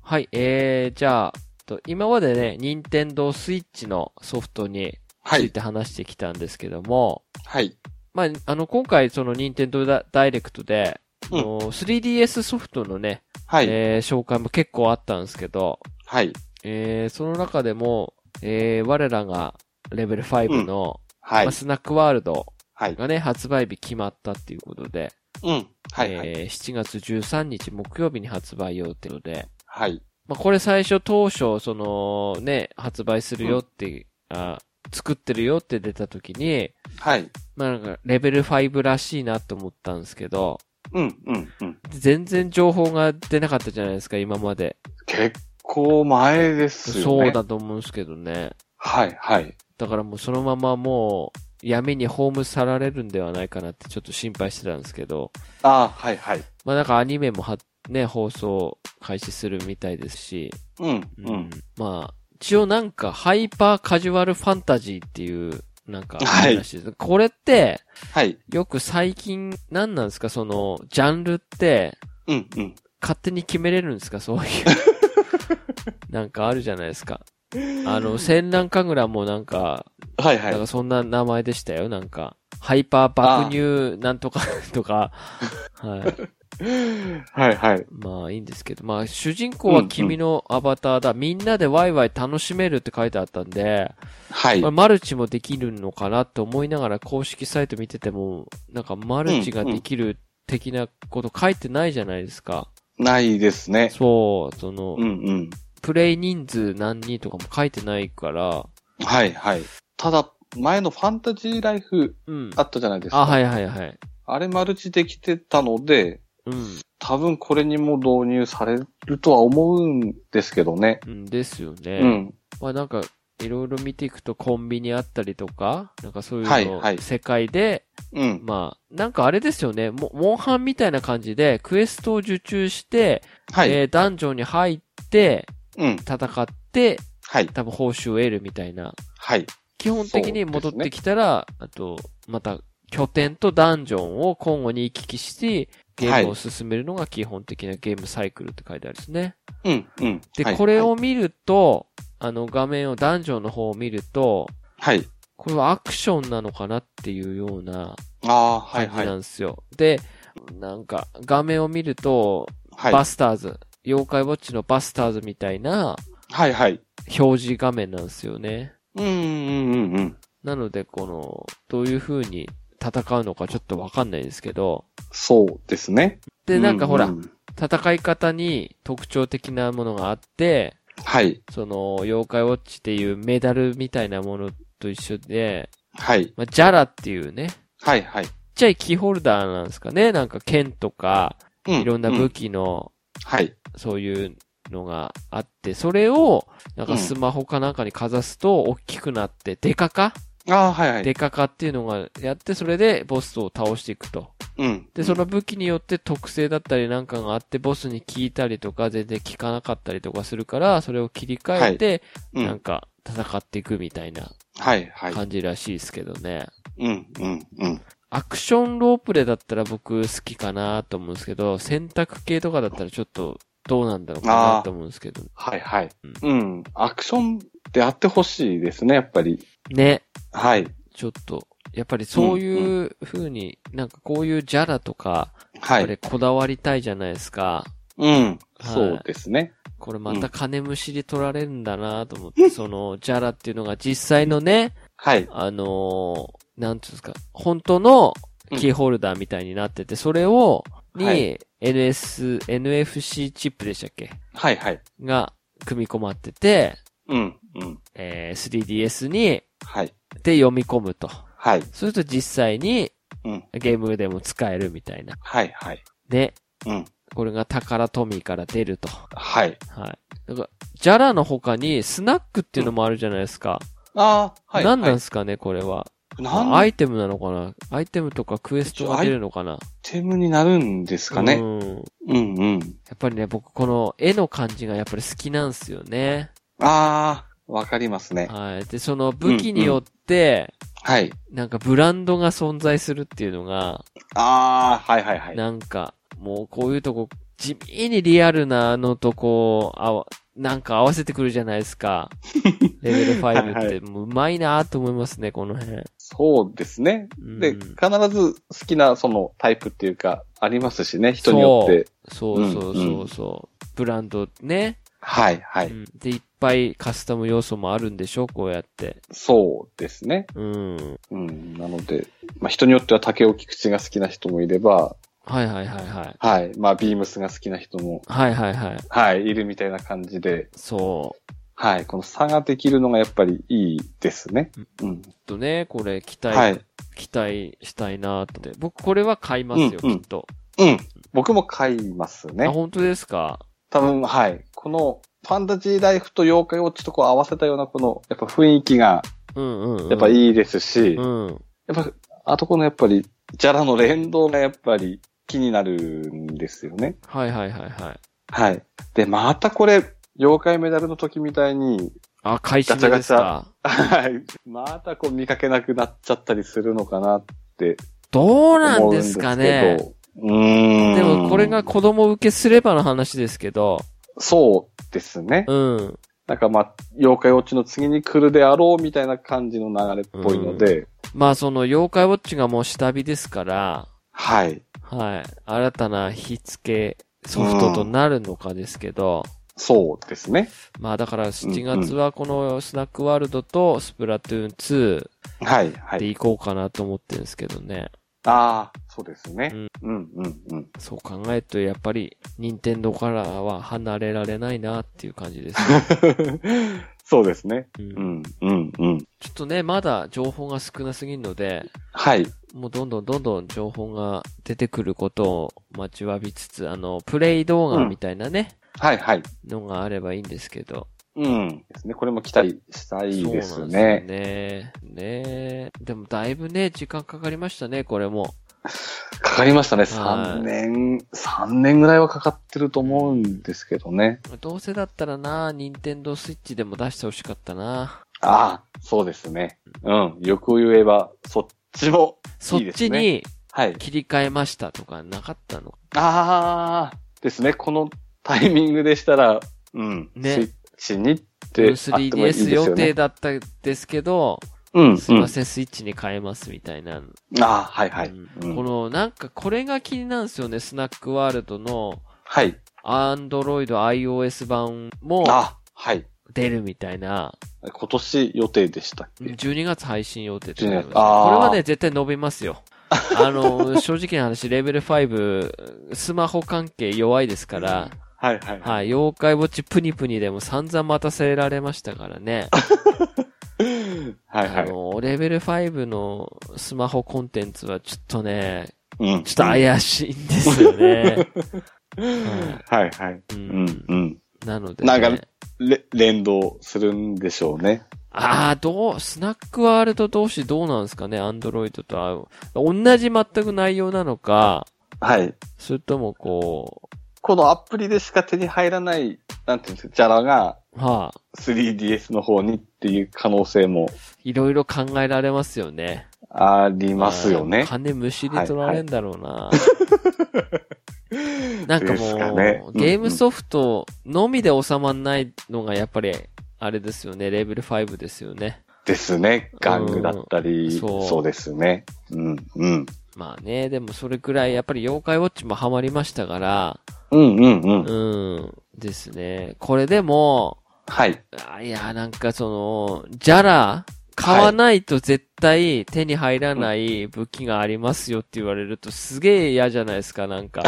はい、えー、じゃあ、と今までね、任天堂スイッチのソフトにはついい。て話してきたんですけども、はい。まあ、あの、今回その任天堂ダダイレクトで、うんあの 3DS ソフトのね、はい。えー紹介も結構あったんですけど、はい。えー、その中でも、えー、我らがレベル5の、はまいあ。スナックワールドはい。がね、発売日決まったっていうことで、うん。はい。はい。えー7月13日木曜日に発売予定で、はい。まあ、これ最初当初、そのね、発売するよって、あ作ってるよって出た時に、はい。まあなんかレベル5らしいなと思ったんですけど、うん。うん。うん。全然情報が出なかったじゃないですか、今まで。結構前ですよそね。う。だと思うんですけどね。はい。はい。だからもうそのままもう闇に葬られるんではないかなってちょっと心配してたんですけど、ああ、はい。はい。まあなんかアニメもは、ね、放送開始するみたいですし、うん。うんうん。まあ、一応なんかハイパーカジュアルファンタジーっていう、なんかはい話です、これって、はい。よく最近、何なんですか、その、ジャンルって、うん。うん。勝手に決めれるんですか そういう。なんかあるじゃないですか。あの、戦乱神楽もなんか、はい。はなんい。かそんな名前でしたよ。なんか、ハイパー爆乳なんとか とか、はい。はい。はい。まあいいんですけど、まあ主人公は君のアバターだ。みんなでワイワイ楽しめるって書いてあったんで、はいまあ。マルチもできるのかなと思いながら公式サイト見てても、なんかマルチができる的なこと書いてないじゃないですか。ないですね。そう、その、うん。うん。プレイ人数何人とかも書いてないから、はい。はい。ただ、前のファンタジーライフうん。あったじゃないですか。あ、はいはいはい。あれマルチできてたので、うん。多分これにも導入されるとは思うんですけどね。うんですよね。うん。まあなんか、いろいろ見ていくとコンビニあったりとか、なんかそういうの、はいはい世界で、うん。まあ、なんかあれですよね、モモンハンみたいな感じで、クエストを受注して、はい。えーダンジョンに入って、うん。戦って、はい。多分報酬を得るみたいな。はい。基本的に戻ってきたら、あと、また、拠点とダンジョンを交互に行き来して、ゲームを進めるのが基本的なゲームサイクルって書いてあるんですね。うん。うん。で、はいこれを、見ると、あの画面を、ダンジョンの方を見ると、はい。はいこれはアクションなのかなっていうようなああ、はい感じはい。なはんですよ。で、なんか、画面を見ると、い。バスターズ、妖怪ウォッチのバスターズみたいなはいはい。表示画面なんですよね。うんうんうんうん。なので、この、どういう風に戦うのかちょっとわかんないですけど、そうですね。で、なんかほら、ううん戦い方に特徴的なものがあって、はい。その、妖怪ウォッチっていうメダルみたいなものと一緒で、はい。まあ、ジャラっていうね、ちっはいはい。ちゃいキーホルダーなんですかね、なんか剣とか、ういろんなう武器の、はい。そういうのがあって、それを、なんかスマホかなんかにかざすと、大きくなって、デカかああ、はいはい。デカかっていうのがやって、それでボスを倒していくと。うん。で、その武器によって特性だったりなんかがあって、ボスに聞いたりとか、全然聞かなかったりとかするから、それを切り替えて、うん、なんか戦っていくみたいなはいはい。感じらしいですけどね。うんうんうん。アクションロープレだったら僕好きかなと思うんですけど、選択系とかだったらちょっとどうなんだろうかなと思うんですけど。はいはい。うん。アクションであってほしいですね、やっぱり。ね。はい。ちょっと、やっぱりそういう風に、なんかこういうジャラとか、はこれい。こだわりたいじゃないですか。うん。そうですね。これまた金虫に取られるんだなと思って、その、ジャラっていうのが実際のね、はい。あのーなんていうんですか、本当のキーホルダーみたいになってて、それを、はに、NS、NFC チップでしたっけはいはい。が、組み込まってて、うんうん。えー 3DS に、はい。で読み込むと。はい。すると実際に、うん。ゲームでも使えるみたいな。はいはい。で、うん。これが宝トミーから出ると。はい。はい。だから、ジャラの他に、スナックっていうのもあるじゃないですか。ああ、はい。何なんはでいすかね、これは。なんアイテムなのかなアイテムとかクエストが出るのかなテムになるんですかね。うん。やうんうん。っぱりね、僕、この絵の感じがやっぱり好きなんですよね。ああ、わかりますね。はい。で、その武器によって、はい。なんかブランドが存在するっていうのが、ああ、はいはいはい。なんか、もうこういうとこ、地味にリアルなのとこう、あわ、なんか合わせてくるじゃないです か。レベル5って、はいはもううまいなと思いますね、この辺。そうですね。うんで、必ず好きなそのタイプっていうか、ありますしね、人によって。そうそうそうそう。ブランドね、はい、はうい。んで、いっぱいカスタム要素もあるんでしょ、こうやって。そうですね。うん。うん。なので、まあ人によっては竹尾菊池が好きな人もいれば、はいはいはいはい。はい。まあ、ビームスが好きな人も、はいはいはい。はい、いるみたいな感じで、そう。はい。この差ができるのがやっぱりいいですね。うん。ちょっとね、これ期待、はい。期待したいなと思って。僕これは買いますよ、うんうんきっと。うん。僕も買いますねあ、。本当ですか多分、はい。この、ファンタジーライフと妖怪ウォッチとこう合わせたようなこの、やっぱ雰囲気が、うんうん、うん。やっぱいいですし、うん。やっぱ、あとこのやっぱり、ジャラの連動がやっぱり気になるんですよね。はいはいはいはい。はい。で、またこれ、妖怪メダルの時みたいに、あ、買い占めですかはい。またこう見かけなくなっちゃったりするのかなってどうな思んうんでですすけど。かね。うーん。でもこれが、子供受けすればの話ですけど、そうですね。うん。なんかまあ、妖怪ウォッチの次に来るであろうみたいな感じの流れっぽいので、まあその妖怪ウォッチがもう下火ですから、はい。はい。新たな火付けソフトとなるのかですけど、そうですね。まあだから7月はこのスナックワールドとスプラトゥーン2、はい、はでい。行こうかなと思ってるんですけどね。ああ、そうですね。うん、うん、うん。 そう考えると、やっぱり、任天堂からは離れられないなっていう感じです、 そうですね。うんうん、うん、うん。ちょっとね、まだ情報が少なすぎるので、はい。もうどんどんどんどん情報が出てくることを待ちわびつつ、あの、プレイ動画みたいなね、はい、はい。のがあればいいんですけど。うん。ですね。これも期待したそいうなんでですすよね。ね。ねえでもだいぶね、時間かかりましたね、これも。かかりましたね。はい3年、三年ぐらいはかかってると思うんですけどね。どうせだったらな、任天堂スイッチでも出してほしかったな。ああ、そうですね。うん。欲を言えば、そっちも、そっいいですちねにはい。切り替えましたとかなかったのああ、ですね。このタイミングでしたら、うん。ねスイッチにってあってもいいですよ 3DS ね。予定だったんですけど、うん、うん。すいません、スイッチに変えますみたいな。ああ、はいはい。ううんんこの、なんかこれが気になるんですよね、スナックワールドの、はい。アンドロイド iOS 版もあはい。出るみたいな、今年予定でしたっけ、 12月配信予定って書いてあります12あーこれはね、絶対伸びます よ。あの、正直な話、レベル5、スマホ関係弱いですから、はいはい。はい、妖怪ウォッチプニプニでも散々待たせられましたからね。はいあはい。の、レベル5のスマホコンテンツはちょっとね、うん。ちょっと怪しいんですよ ね。ははいはい。い、ううんん、うん。なので、なんかね、れ、連動するんでしょうね。ああ、どう、スナックワールド同士どうなんですかね、アンドロイドと合う。同じ全く内容なのか、はい。それともここのアプリでしか手に入らない、なんていうんですか、ジャラがう、はあ、 3DS の方にっていう可能性もいろいろ考えられますよね。ありますよあねー。金虫で取られんだろうな。なんかでもすうかねうんうんゲームソフトのみで収まんないのがやっぱり、あれですよね、レベル5ですよね。ですね。玩具だったうり、んそうそうですね。うん、うん。まあね、でもそれくらいやっぱり妖怪ウォッチもハマりましたから、うん、うん、うん。うん、ですね。これでも、はい。あいや、なんかその、ジャラ、買わないと絶対手に入らない武器がありますよって言われるとすげえ嫌じゃないですか、なん か。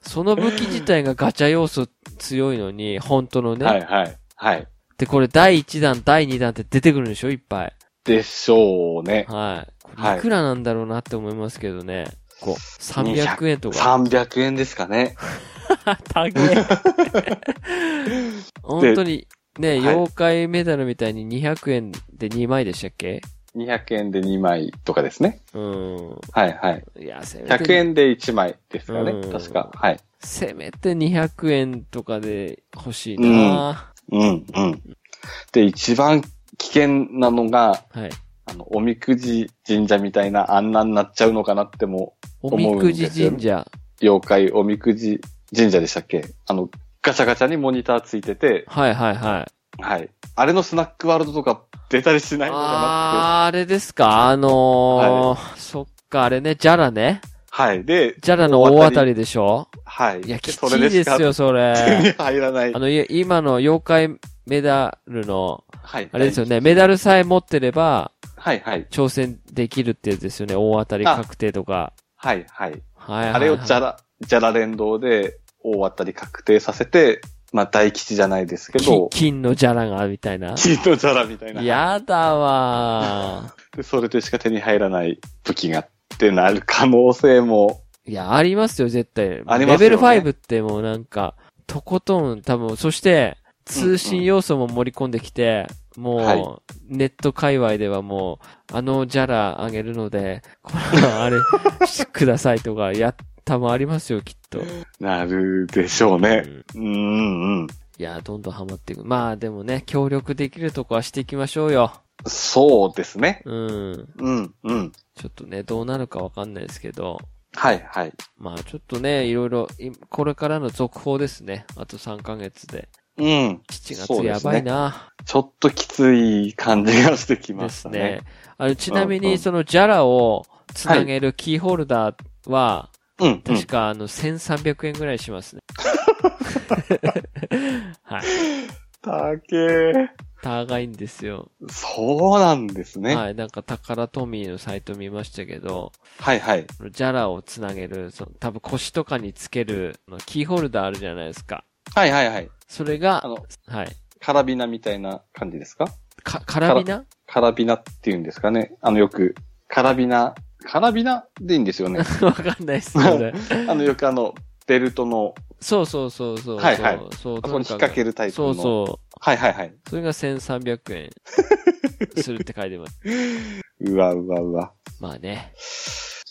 その武器自体がガチャ要素強いのに、本当のね。はい、はい。はい。で、これ第1弾、第2弾って出てくるんでしょいっぱい。でしょうね。はい。こはれいいくらなんだろうなって思いますけどね。こう、300円とか。 300円ですかね。 高え 本当に、ね、はい妖怪メダルみたいに200円で2枚でしたっけ200円で2枚とかですね。うん。はいはい。いや、せめて。 100円で1枚ですかねうん。確か。はい。せめて200円とかで欲しいな、うんうん。で、一番危険なのが、はい。あの、おみくじ神社みたいなあんなになっちゃうのかなっても、おみくじ神社。妖怪おみくじ神社でしたっけあの、ガチャガチャにモニターついてて、はいはいはい。はい。あれのスナックワールドとか出たりしないのかなっあー、あれですかあのー、そっか、あれね、ジャラね。て。はい。で、ジャラの大当たりでしょはい。いや、きでついでしかすよ、そ手 にれ。入らないあ。の、い今の妖怪メダルの、はい。あれですよね、メダルさえ持ってれば、はいはい。挑戦できるってやつですよね、大当たり確定とか。はいははいい。はい、はい。あれをじゃら、じゃら連動で大当たり確定させて、まあ大吉じゃないですけきど、金のジャラが、みたいな。金のじゃらみた いな。やだわでそれでしか手に入らない武器がってなる可能性も、 ー。いや、ありますよ、絶対。ありレますよねベル5ってもうなんか、とことん多分、そして、通信要素も盛り込んできて、はもう、ネット界隈ではもう、あのジャラあげるので、この あれ、くださいとか、やったもありますよ、きっと。なるでしょううね。んうんうんうん。いや、どんどんハマっていく。まあ、でもね、協力できるとこはしていきましょうよ。そうですね。うん。うんうん。ちょっとね、どうなるかわかんないですけど。はいはい。まあちょっとね、いろいろ、いこれからの続報ですね。あと3ヶ月で。うん。 7そ月うでやすねばいな。ちょっときつい感じがしてきでますしたね。ね。あの、ちなみうんうに、んそのジャラをつなげるキーホルダーは、うん、うん確かあの、1300円ぐらいし ますね。はい。たけー。高いんですよ。そうなんですね。はい、はい。なんか、タカラトミーのサイト見ましたけど、はい、はい、そのジャラをつなげる、その多分腰とかにつける、あのキーホルダーあるじゃないですか。はい、はい。それがあの、はい。カラビナみたいな感じですかか、カラビナカラビナっていうんですかね。あの、よく、カラビナ、カラビナでいいんです よね。わかんないっす よね。あの、よくあの、ベルトの、そうそうそうそう。はいはいそう、あそこに引っ掛けるタイプその。うそう。はい、はい、はい。それが1300円するって書いてます。 うわ、うわ、うわ。まあね、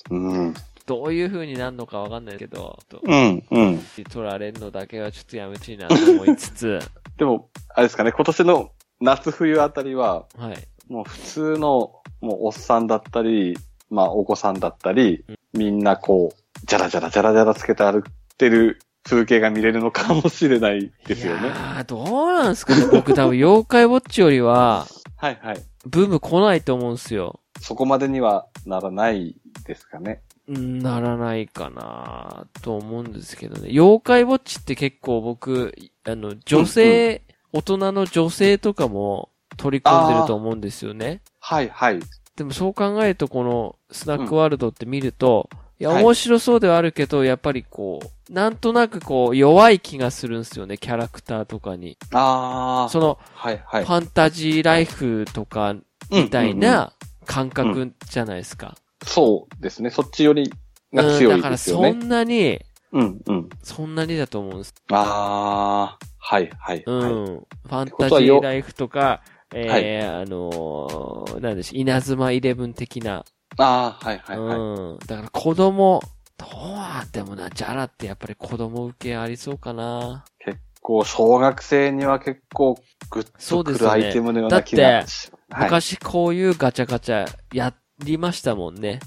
うん。どういう風になるのかわかんないけど、とうん、うん。取られんのだけはちょっとやめちいなと思いつ つ、でも、あれですかね、今年の夏冬あたりは、はい。もう普通の、もうおっさんだったり、まあお子さんだったり、みんなこう、じゃらじゃらじゃらじゃらつけて歩ってる風景が見れるのかもしれないですよいねや。ーどうなんすかね僕多分妖怪ウォッチよりは、はいはい。ブーム来ないと思うんすよ。そこまでにはならないですかね。うんならないかなと思うんですけどね。妖怪ウォッチって結構僕、あの、女性、大人の女性とかも取り込んでると思うんですよね。はいはい。でもそう考えるとこのスナックワールドって見ると、いや、はい面白そうではあるけど、やっぱりこう、なんとなくこう、弱い気がするんですよね、キャラクターとかに。あその、あ。はいはい。ファンタジーライフとか、みたいうんうんうんな感覚じゃないですか。そうですね。そっちよりがうん強だいからですよそね。んなに、うんうん。そんなにだと思うんです。ああ。はいはい、うん。はい。ファンタジーライフとか、えーあのー、なんでしょう、稲妻イレブン的な。ああ、はいはいはい。うん。だから子供、どうあってもな、ジャラってやっぱり子供受けありそうかな。結構、小学生には結構、グッそうとでくすねるアイテムのような気がしはい昔こういうガチャガチャやりましたもん ね。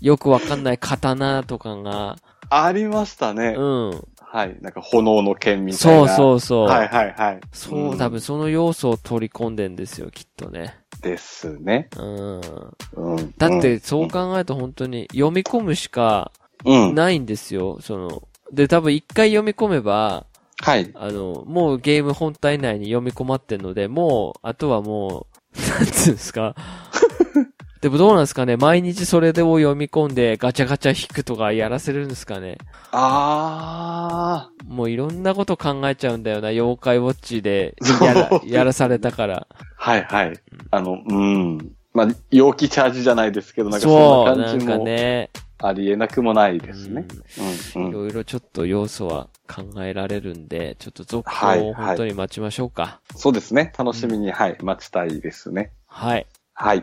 よくわかんない刀とかが、ありましたね。うはい。なんか炎の剣ん。みたいそうな。うそうそう。はいはいはい。そう、ん多分その要素を取り込んでんですよ、きっとね。ですね。うん。うん。だって、そう考えると本当に読み込むしかうん、うん。ないんですよ、その。で、多分一回読み込めば、はい。あの、もうゲーム本体内に読み込まってんので、もう、あとはもう、なんつうんです か。でもどうなんですかね毎日それでを読み込んでガチャガチャ引くとかやらせるんですかねあもういろんなこと考えちゃうんだよな。妖怪ウォッチでやらそうやらされたから。ー。はいはい。あの、うん。まあ、陽気チャージじゃないですけど、なんかそんそう、なな感んじかもね。ありえなくもないですね。ううんん、いうん。ろいろちょっと要素は考えられるんで、ちょっと続は報いを本当に待ちましょうか。そうですね。楽しみに、はい、待ちたいですね。はい。はい。